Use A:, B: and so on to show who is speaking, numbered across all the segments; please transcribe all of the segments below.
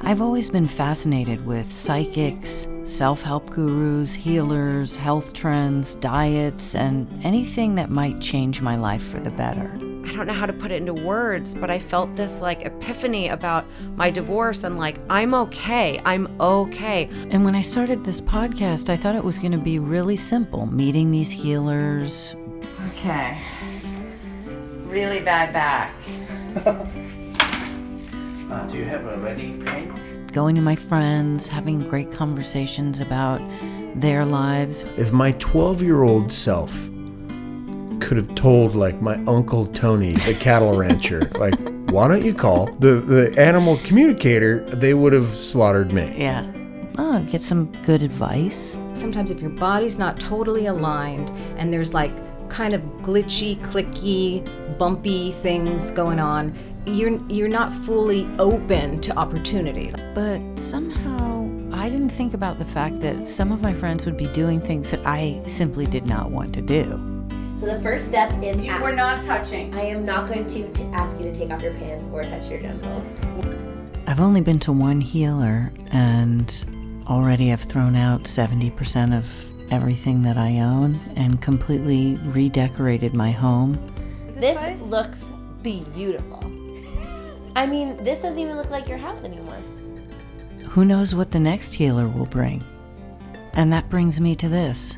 A: I've always been fascinated with psychics, self help gurus, healers, health trends, diets, and anything that might change my life for the better.
B: I don't know how to put it into words, but I felt this like epiphany about my divorce and like, I'm okay. I'm okay.
A: And when I started this podcast, I thought it was going to be really simple meeting these healers. Okay. Really bad back.
C: Uh, do you have a wedding plan?
A: Going to my friends, having great conversations about their lives.
D: If my 12 year old self could have told, like, my uncle Tony, the cattle rancher, like, why don't you call the, the animal communicator? They would have slaughtered me.
A: Yeah. Oh, get some good advice.
E: Sometimes if your body's not totally aligned and there's like kind of glitchy, clicky, bumpy things going on, you're you're not fully open to opportunity.
A: But somehow I didn't think about the fact that some of my friends would be doing things that I simply did not want to do.
F: So the first step is ask.
G: We're not touching.
F: I am not going to t- ask you to take off your pants or touch your genitals.
A: I've only been to one healer and already I've thrown out 70% of everything that I own and completely redecorated my home.
F: This looks beautiful. I mean, this doesn't even look like your house anymore.
A: Who knows what the next healer will bring? And that brings me to this.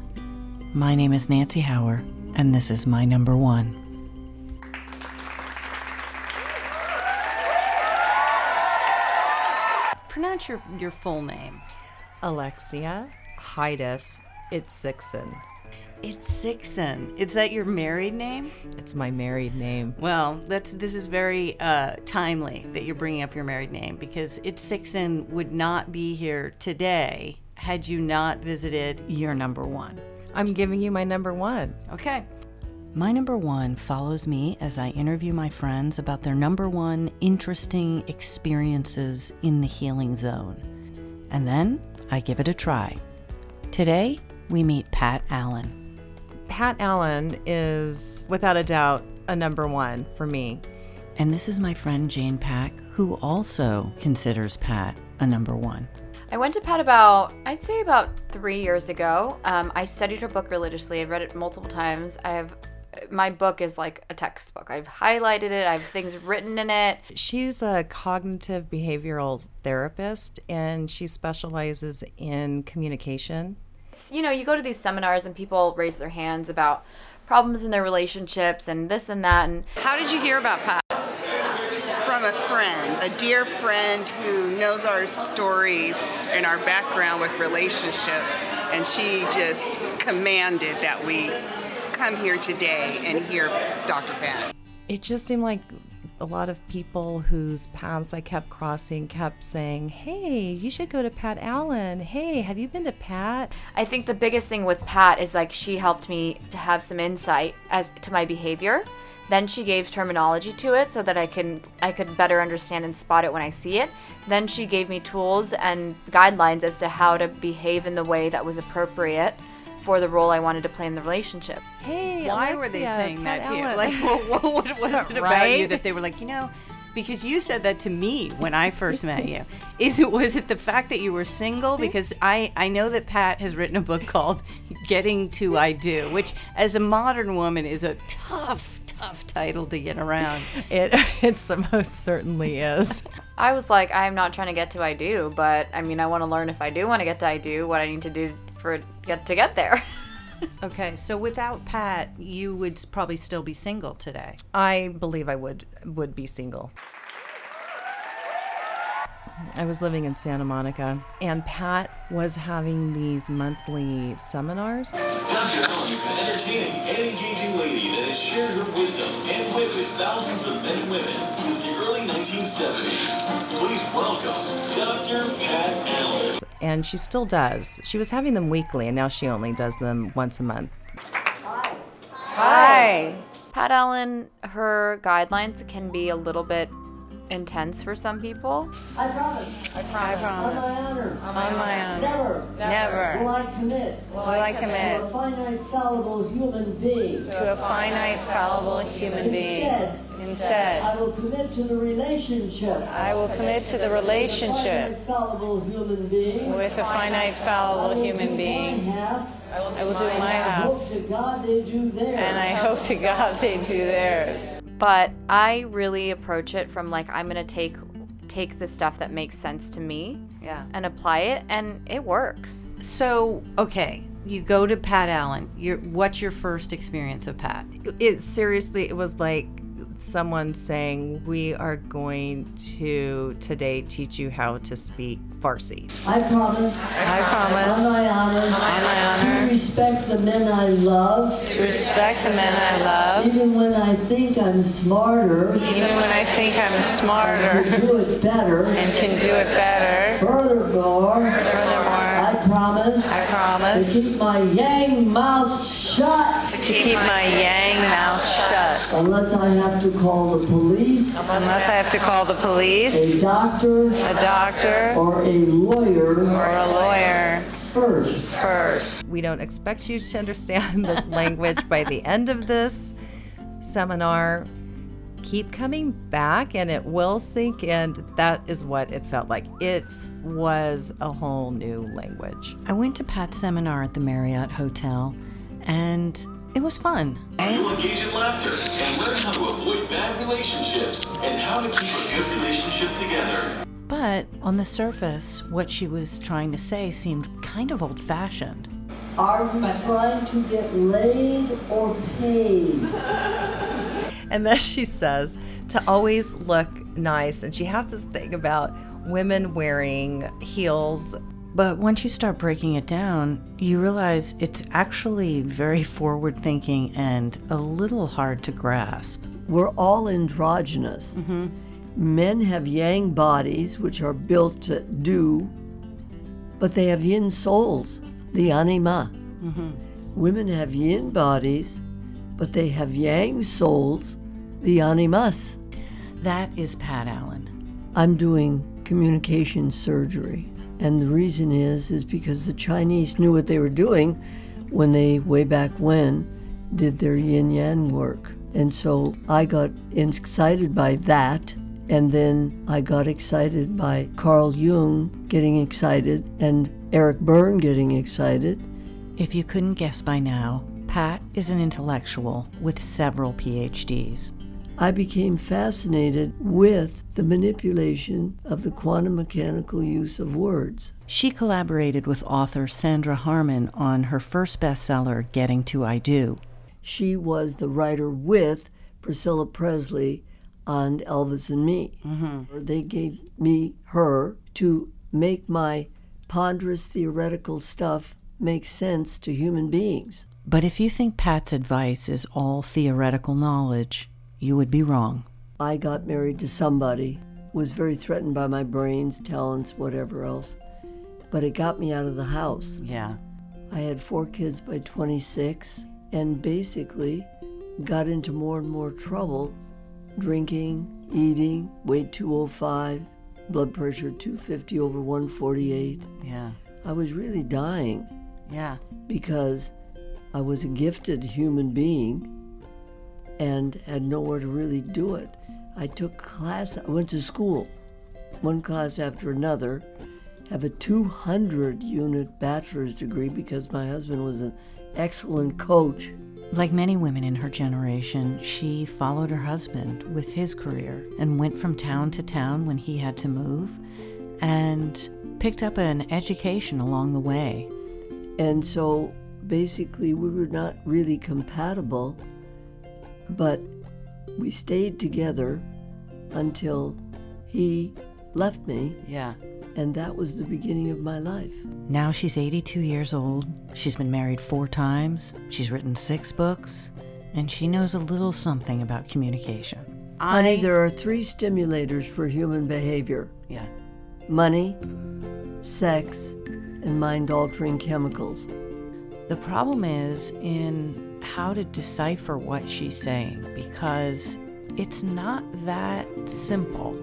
A: My name is Nancy Hauer, and this is my number one.
H: Pronounce your, your full name.
I: Alexia Hydus Itzikson.
H: It's Sixon. Is that your married name?
I: It's my married name.
H: Well, that's this is very uh, timely that you're bringing up your married name because It's Sixon would not be here today had you not visited your number one.
I: I'm giving you my number one.
H: Okay.
A: My number one follows me as I interview my friends about their number one interesting experiences in the healing zone. And then I give it a try. Today, we meet Pat Allen.
I: Pat Allen is, without a doubt, a number one for me.
A: And this is my friend Jane Pack, who also considers Pat a number one.
J: I went to Pat about, I'd say about three years ago. Um, I studied her book religiously. I've read it multiple times. I have, my book is like a textbook. I've highlighted it, I have things written in it.
I: She's a cognitive behavioral therapist and she specializes in communication
J: It's- you know, you go to these seminars and people raise their hands about problems in their relationships and this and that. And
G: How did you hear about Pat?
K: from a friend, a dear friend who knows our stories and our background with relationships. And she just commanded that we come here today and hear Dr. Pat.
I: it just seemed like a lot of people whose paths I kept crossing kept saying, Hey, you should go to Pat Allen. Hey, have you been to Pat?
J: I think the biggest thing with Pat is like she helped me to have some insight as to my behavior. Then she gave terminology to it so that I can I could better understand and spot it when I see it. Then she gave me tools and guidelines as to how to behave in the way that was appropriate for the role I wanted to play in the relationship.
I: Hey,
H: Why were they
I: Alexia,
H: saying
I: Pat
H: that to you?
I: Allen."
H: Like, what, what, what was it about you
I: Right?
H: that they were like, you know, because you said that to me when I first met you. Is it was it the fact that you were single? Because I I know that Pat has written a book called Getting to I Do, which as a modern woman is a tough tough title to get around.
I: it it most certainly is.
J: I was like, I'm not trying to get to I do, but I mean, I want to learn if I do want to get to I do, what I need to do for get to get there.
H: Okay, so without Pat, you would s- probably still be single today.
I: I believe I would would be single. I was living in Santa Monica and Pat was having these monthly seminars.
L: Dr. Allen is an entertaining and engaging lady that has shared her wisdom and wit with thousands of men and women since the early 1970s. Please welcome Dr. Pat Allen.
I: and she still does. She was having them weekly, and now she only does them once a month.
J: Pat Allen, her guidelines can be a little bit intense for some people.
K: I promise. I promise. On my honor. On my, honor. Never. Never. Will I commit? Will I commit? To a finite, fallible human being. To a finite, fallible human being. Instead,
M: instead.
N: I will commit to the relationship.
M: I will commit to the relationship
N: With a finite fallible human being.
M: with a finite,
N: I
M: fallible
N: will
M: human
N: do
M: being.
N: my half.
M: I will do my
N: I
M: half.
N: hope to God they do theirs.
M: And I hope to God they do theirs.
J: but I really approach it from like I'm gonna take take the stuff that makes sense to me
H: Yeah.
J: and apply it, and it works.
H: So okay, you go to Pat Allen. Your what's your first experience of Pat?
I: It seriously, it was like someone saying, "We are going to today teach you how to speak Farsi."
N: I promise.
M: I promise.
N: On my honor.
M: On my honor.
N: To respect the men I love.
M: To respect the men I love.
N: Even when I think I'm smarter.
M: Even when I think I'm smarter
N: Can do it better.
M: and can do it better.
N: Furthermore.
M: Furthermore,
N: I promise.
M: I promise.
N: To keep my yang mouth shut.
M: to keep my yang mouth shut.
N: Unless I have to call the police.
M: Unless I have to call the police,
N: A doctor.
M: a doctor,
N: Or a lawyer.
M: or a lawyer
N: First.
M: first.
I: We don't expect you to understand this language by the end of this seminar. Keep coming back and it will sink in. That is what it felt like. It was a whole new language.
A: I went to Pat's seminar at the Marriott Hotel, and it was fun.
L: You'll engage in laughter and learn how to avoid bad relationships and how to keep a good relationship together.
A: But on the surface, what she was trying to say seemed kind of old fashioned.
N: Are you trying to get laid or paid?
I: And then she says to always look nice. And she has this thing about women wearing heels.
A: But once you start breaking it down, you realize it's actually very forward thinking and a little hard to grasp.
O: We're all androgynous. Men have yang bodies, which are built to do, but they have yin souls, the anima.
I: Mm-hmm.
O: Women have yin bodies, but they have yang souls, the animas.
A: That is Pat Allen.
O: I'm doing communication surgery, and the reason is is because the Chinese knew what they were doing when they way back when did their yin yang work. And so I got excited by that, and then I got excited by Carl Jung getting excited and Eric Byrne getting excited.
A: If you couldn't guess by now, Pat is an intellectual with several PhDs.
O: I became fascinated with the manipulation of the quantum mechanical use of words.
A: She collaborated with author Sandra Harmon on her first bestseller, Getting to I Do.
O: She was the writer with Priscilla Presley on Elvis and Me.
A: Mm-hmm.
O: They gave me her to make my ponderous theoretical stuff make sense to human beings.
A: But if you think Pat's advice is all theoretical knowledge, you would be wrong.
O: I got married to somebody, was very threatened by my brains, talents, whatever else, but it got me out of the house.
A: Yeah.
O: I had four kids by 26 and basically got into more and more trouble drinking, eating, weight 205, blood pressure 250 over 148.
A: Yeah.
O: I was really dying
A: Yeah.
O: because I was a gifted human being and had nowhere to really do it. I took class, I went to school, one class after another, have a 200 unit bachelor's degree because my husband was an excellent coach.
A: Like many women in her generation, she followed her husband with his career and went from town to town when he had to move and picked up an education along the way.
O: And so basically, we were not really compatible, but we stayed together until he left me.
A: Yeah.
O: And that was the beginning of my life.
A: Now she's 82 years old. She's been married four times. She's written six books. And she knows a little something about communication.
O: Honey, there are three stimulators for human behavior
A: Yeah.
O: money, sex, and mind altering chemicals.
A: The problem is in how to decipher what she's saying because it's not that simple.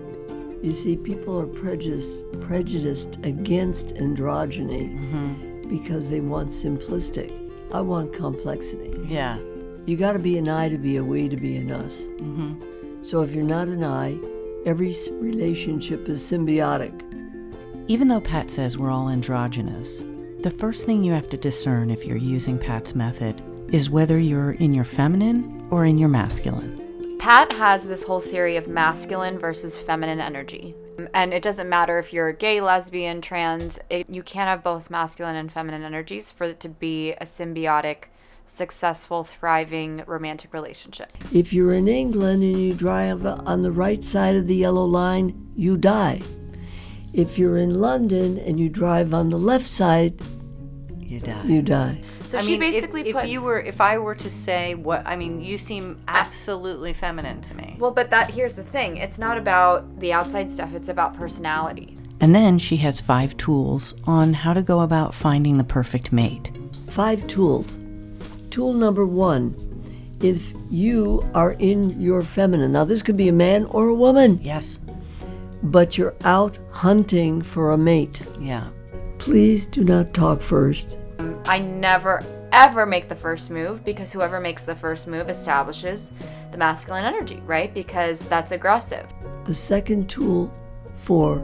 O: You see, people are prejudiced, prejudiced against androgyny because they want simplistic. I want complexity.
A: Yeah.
O: You got to be an I to be a we to be an us. So if you're not an I, every s- relationship is symbiotic.
A: Even though Pat says we're all androgynous, the first thing you have to discern if you're using Pat's method is whether you're in your feminine or in your masculine.
J: Pat has this whole theory of masculine versus feminine energy. And it doesn't matter if you're gay, lesbian, trans, it, you can't have both masculine and feminine energies for it to be a symbiotic, successful, thriving romantic relationship.
O: If you're in England and you drive on the right side of the yellow line, you die. If you're in London and you drive on the left side,
A: you die.
O: You die.
J: So she
H: if-
J: basically
H: if,
J: puts-
H: you were, if I were to say what, I mean, you seem absolutely feminine to me.
J: Well, but that here's the thing it's not about the outside stuff, it's about personality.
A: And then she has five tools on how to go about finding the perfect mate.
O: Five tools. Tool number one if you are in your feminine, now this could be a man or a woman.
A: Yes.
O: But you're out hunting for a mate.
A: Yeah.
O: Please do not talk first.
J: I never ever make the first move because whoever makes the first move establishes the masculine energy, right? Because that's aggressive.
O: The second tool for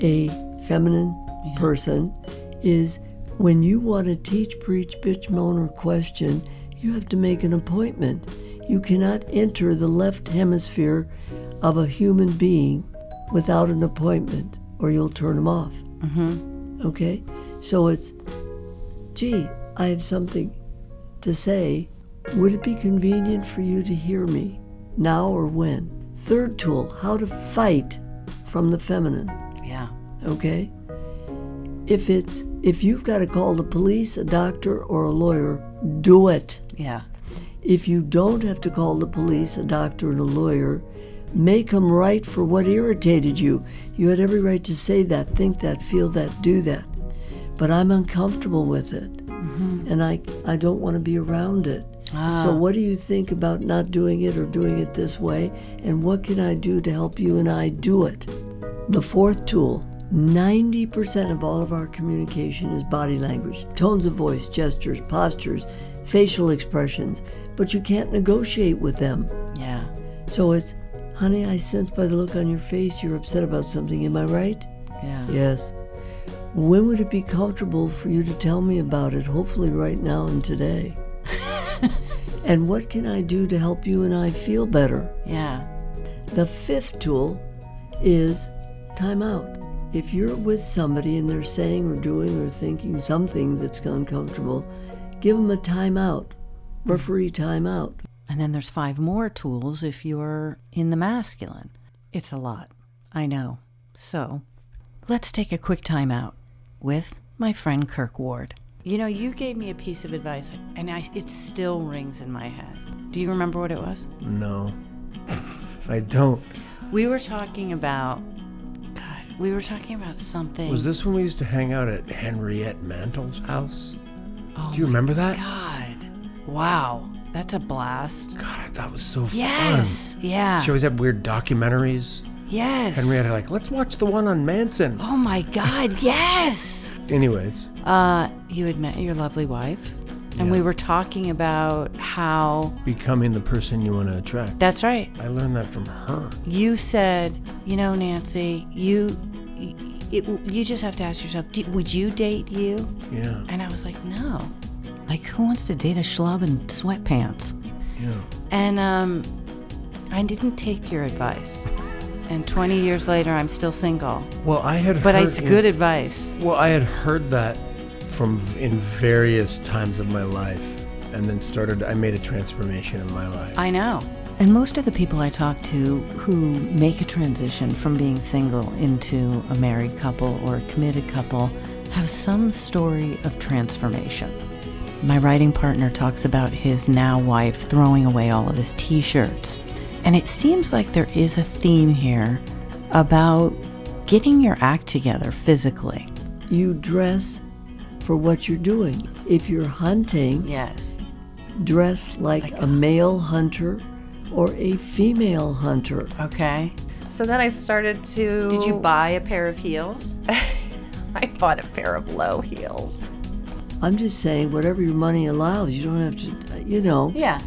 O: a feminine person is when you want to teach, preach, bitch, moan, or question, you have to make an appointment. You cannot enter the left hemisphere of a human being without an appointment, or you'll turn them off. Mm-hmm. Okay? So it's, gee, I have something to say. Would it be convenient for you to hear me now or when? Third tool how to fight from the feminine.
A: Yeah.
O: Okay? If it's if you've got to call the police, a doctor, or a lawyer, do it.
A: Yeah.
O: If you don't have to call the police, a doctor, and a lawyer, make them right for what irritated you. You had every right to say that, think that, feel that, do that. But I'm uncomfortable with it, and I I don't want to be around it.
A: Mm-hmm. Ah.
O: So what do you think about not doing it or doing it this way? And what can I do to help you and I do it? The fourth tool 90% of all of our communication is body language, tones of voice, gestures, postures, facial expressions, but you can't negotiate with them.
A: Yeah.
O: So it's, honey, I sense by the look on your face you're upset about something, am I right?
A: Yeah.
O: Yes. When would it be comfortable for you to tell me about it? Hopefully, right now and today. and what can I do to help you and I feel better?
A: Yeah.
O: The fifth tool is time out. If you're with somebody and they're saying or doing or thinking something that's uncomfortable, give them a time out, referee time out.
A: And then there's five more tools if you're in the masculine. It's a lot. I know. So let's take a quick time out with my friend Kirk Ward.
H: You know, you gave me a piece of advice, and I, it still rings in my head. Do you remember what it was?
D: No, I don't.
H: We were talking about, God, we were talking about something.
D: Was this when we used to hang out at Henriette Mantle's house?
H: Oh
D: Do you
H: my
D: remember that?
H: God. Wow. That's a blast.
D: God, that was so
H: Yes.
D: fun.
H: Yeah.
D: She always had weird documentaries.
H: Yes.
D: Henriette, like, let's watch the one on Manson.
H: Oh my God. yes.
D: Anyways,
H: Uh, you had met your lovely wife, and we were talking about how.
D: becoming the person you want to attract.
H: That's right.
D: I learned that from her.
H: You said, you know, Nancy, you, y- it, you just have to ask yourself, "Do- would you date you?
D: Yeah.
H: And I was like, no.
A: Like, who wants to date a schlub in sweatpants?
D: Yeah.
H: And um, I didn't take your advice. And 20 years later, I'm still single.
D: Well, I had
H: But
D: heard,
H: it's good advice.
D: Well, I had heard that from v- in various times of my life, and then started. I made a transformation in my life.
H: I know.
A: And most of the people I talk to who make a transition from being single into a married couple or a committed couple have some story of transformation. My writing partner talks about his now wife throwing away all of his t shirts. And it seems like there is a theme here about getting your act together physically.
O: You dress for what you're doing. If you're hunting,
H: yes,
O: dress like a male hunter or a female hunter.
H: Okay.
I: So then I started to.
H: Did you buy a pair of heels?
I: I bought a pair of low heels.
O: I'm just saying, whatever your money allows, you don't have to, you know.
H: Yeah.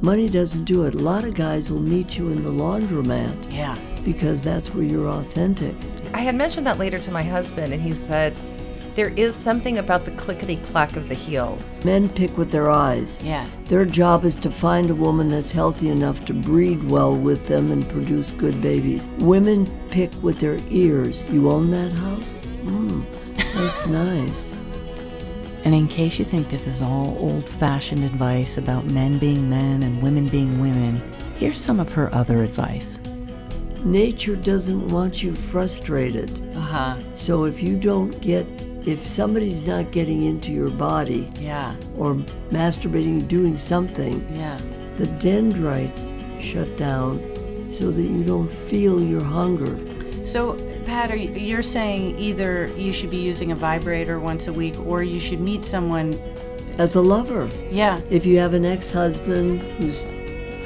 L: Money doesn't do it. A lot of guys will meet you in the laundromat.
P: Yeah.
L: Because that's where you're authentic.
I: I had mentioned that later to my husband, and he said, There is something about the clickety clack of the heels.
L: Men pick with their eyes.
I: Yeah.
L: Their job is to find a woman that's healthy enough to breed well with them and produce good babies. Women pick with their ears. You own that house? Mm, that's nice.
P: And in case you think this is all old fashioned advice about men being men and women being women, here's some of her other advice.
L: Nature doesn't want you frustrated.
A: Uh-huh.
L: So if you don't get, if somebody's not getting into your body,
A: Yeah.
L: or masturbating, doing something,
A: Yeah.
L: the dendrites shut down, so that you don't feel your hunger.
A: So, Pat, are you, you're saying either you should be using a vibrator once a week or you should meet someone.
L: As a lover,
A: Yeah.
L: if you have an ex-husband who's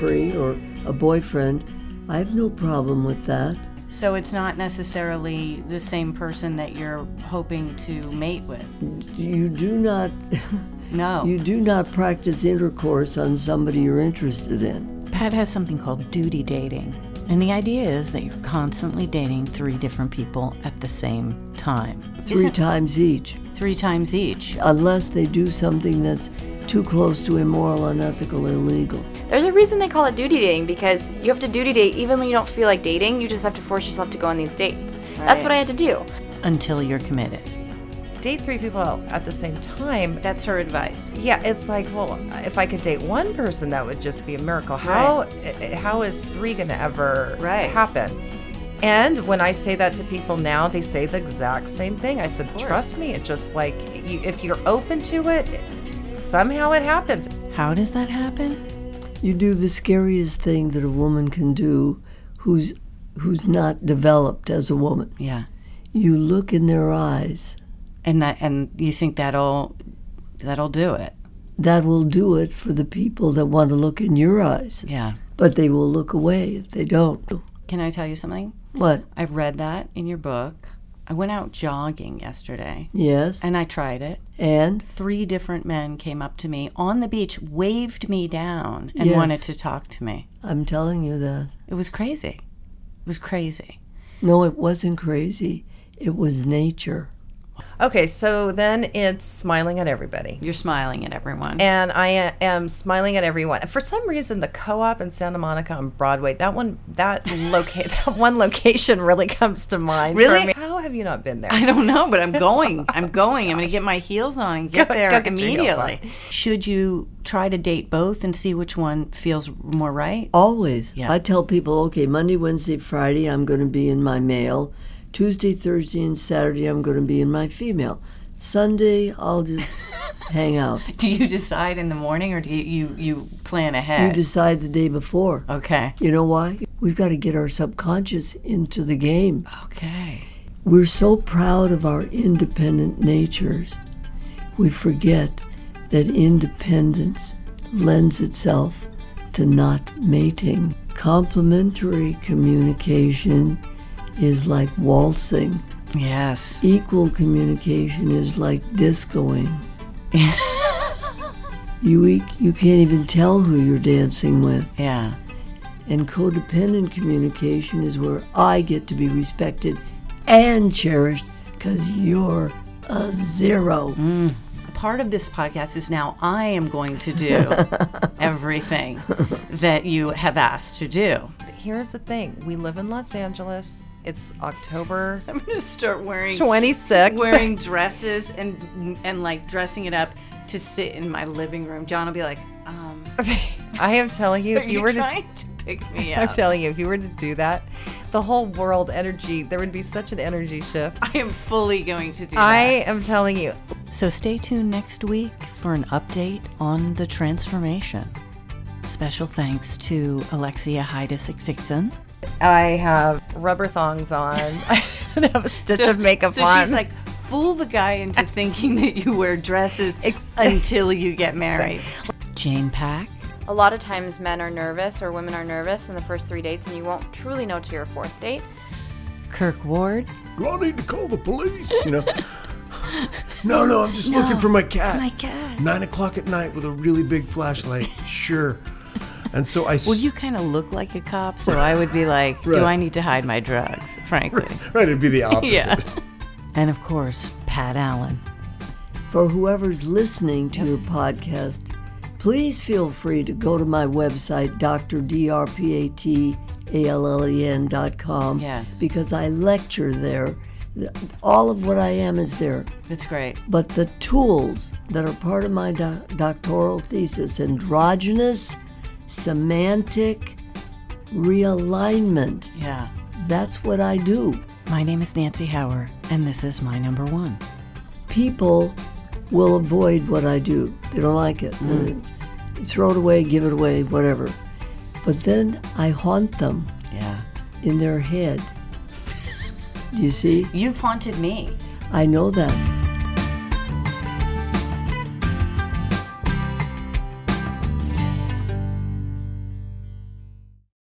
L: free or a boyfriend, I have no problem with that.
A: So it's not necessarily the same person that you're hoping to mate with.
L: You do not.
A: No.
L: You do not practice intercourse on somebody you're interested in.
P: Pat has something called duty dating. And the idea is that you're constantly dating three different people at the same time.
L: 3 times each.
A: Three times each.
L: Unless they do something that's too close to immoral, unethical, illegal.
J: There's a reason they call it duty dating because you have to duty date even when you don't feel like dating. You just have to force yourself to go on these dates. That's what I had to do.
P: Until you're committed.
I: Date three people at the same time.
A: That's her advice.
I: Yeah, it's like, well, if I could date one person, that would just be a miracle. How eh, how is three going to ever happen? And when I say that to people now, they say the exact same thing. I said,
A: course.
I: trust me, it just like you, if you're open to it, somehow it happens.
P: How does that happen?
L: You do the scariest thing that a woman can do who's who's not developed as a woman.
P: Yeah.
L: You look in their eyes.
A: And that and you think that'll that'll do it.
L: That will do it for the people that want to look in your eyes.
P: Yeah.
L: But they will look away if they don't.
A: Can I tell you something?
L: What?
A: I read that in your book. I went out jogging yesterday.
L: Yes.
A: And I tried it.
L: And
A: three different men came up to me on the beach, waved me down, and
L: Yes.
A: wanted to talk to me.
L: I'm telling you that.
A: It was crazy. It was crazy.
L: No, it wasn't crazy. It was nature.
I: Okay, so then it's smiling at everybody.
A: You're smiling at everyone.
I: And I a- am smiling at everyone. For some reason, the co-op in Santa Monica on Broadway, that one, that locate, that one location really comes to mind. for
A: Really?
I: me. How have you not been there?
A: I don't know, but I'm going. I'm going. I'm going to get my heels on and get
I: Go-
A: there
I: go get your heels
A: immediately. Should you try to date both and see which one feels more right?
L: Always.
A: Yeah.
L: I tell people, okay, Monday, Wednesday, Friday, I'm going to be in my male. Tuesday, Thursday, and Saturday, I'm going to be in my female. Sunday, I'll just hang out.
A: Do you decide in the morning or do you you, you plan ahead?
L: You decide the day before.
A: Okay.
L: You know why? We've got to get our subconscious into the game.
A: Okay.
L: We're so proud of our independent natures, we forget that independence lends itself to not mating. Complementary communication is like waltzing.
A: Yes.
L: Equal communication is like discoing. you e- you can't even tell who you're dancing with.
A: Yeah.
L: And codependent communication is where I get to be respected and cherished because you're a zero.
A: Part of this podcast is now I am going to do everything that you have asked to do.
I: Here's the thing: we live in Los Angeles. It's October.
A: I'm gonna start wearing
I: 26.
A: wearing dresses and and like dressing it up to sit in my living room. John will be like, um,
I: I am telling you,
A: are
I: if you, were
A: trying to, pick me
I: I'm
A: up?
I: telling you, if you were to do that, the whole world energy, there would be such an energy shift.
A: I am fully going to do
I: I
A: that.
I: am telling you.
P: So stay tuned next week for an update on the transformation. Special thanks to Alexia Hydis-Dixon.
I: I have rubber thongs on. I don't have a stitch
A: So-
I: of makeup
A: so
I: on.
A: she's like, fool the guy into thinking that you wear dresses until you get married.
P: Jane Pack.
J: A lot of times men are nervous or women are nervous in the first three dates and you won't truly know till your fourth date.
P: Kirk Ward.
D: Do I need to call the police? You know? no, no, I'm just
P: No,
D: looking for my
P: it's
D: cat.
P: my cat.
D: Nine o'clock at night with a really big flashlight. Sure. And so I. s-
H: Well, you kind of look like a cop, so I would be like, do
D: Right.
H: I need to hide my drugs, frankly?
D: Right, it'd be the opposite.
H: yeah.
A: And of course, Pat Allen.
O: For whoever's listening to your podcast, please feel free to go to my website, drdrpatallen.com.
H: Yes.
O: Because I lecture there. Th- All of what I am is there.
H: It's great.
O: But the tools that are part of my doc- doctoral thesis androgynous, semantic realignment.
H: Yeah.
O: That's what I do.
A: My name is Nancy Hauer, and this is my number one.
O: people will avoid what I do. They don't like it.
A: Mm.
O: They throw it away, give it away, whatever. But then I haunt them
A: Yeah.
O: in their head. do you see?
H: You've haunted me.
O: I know that.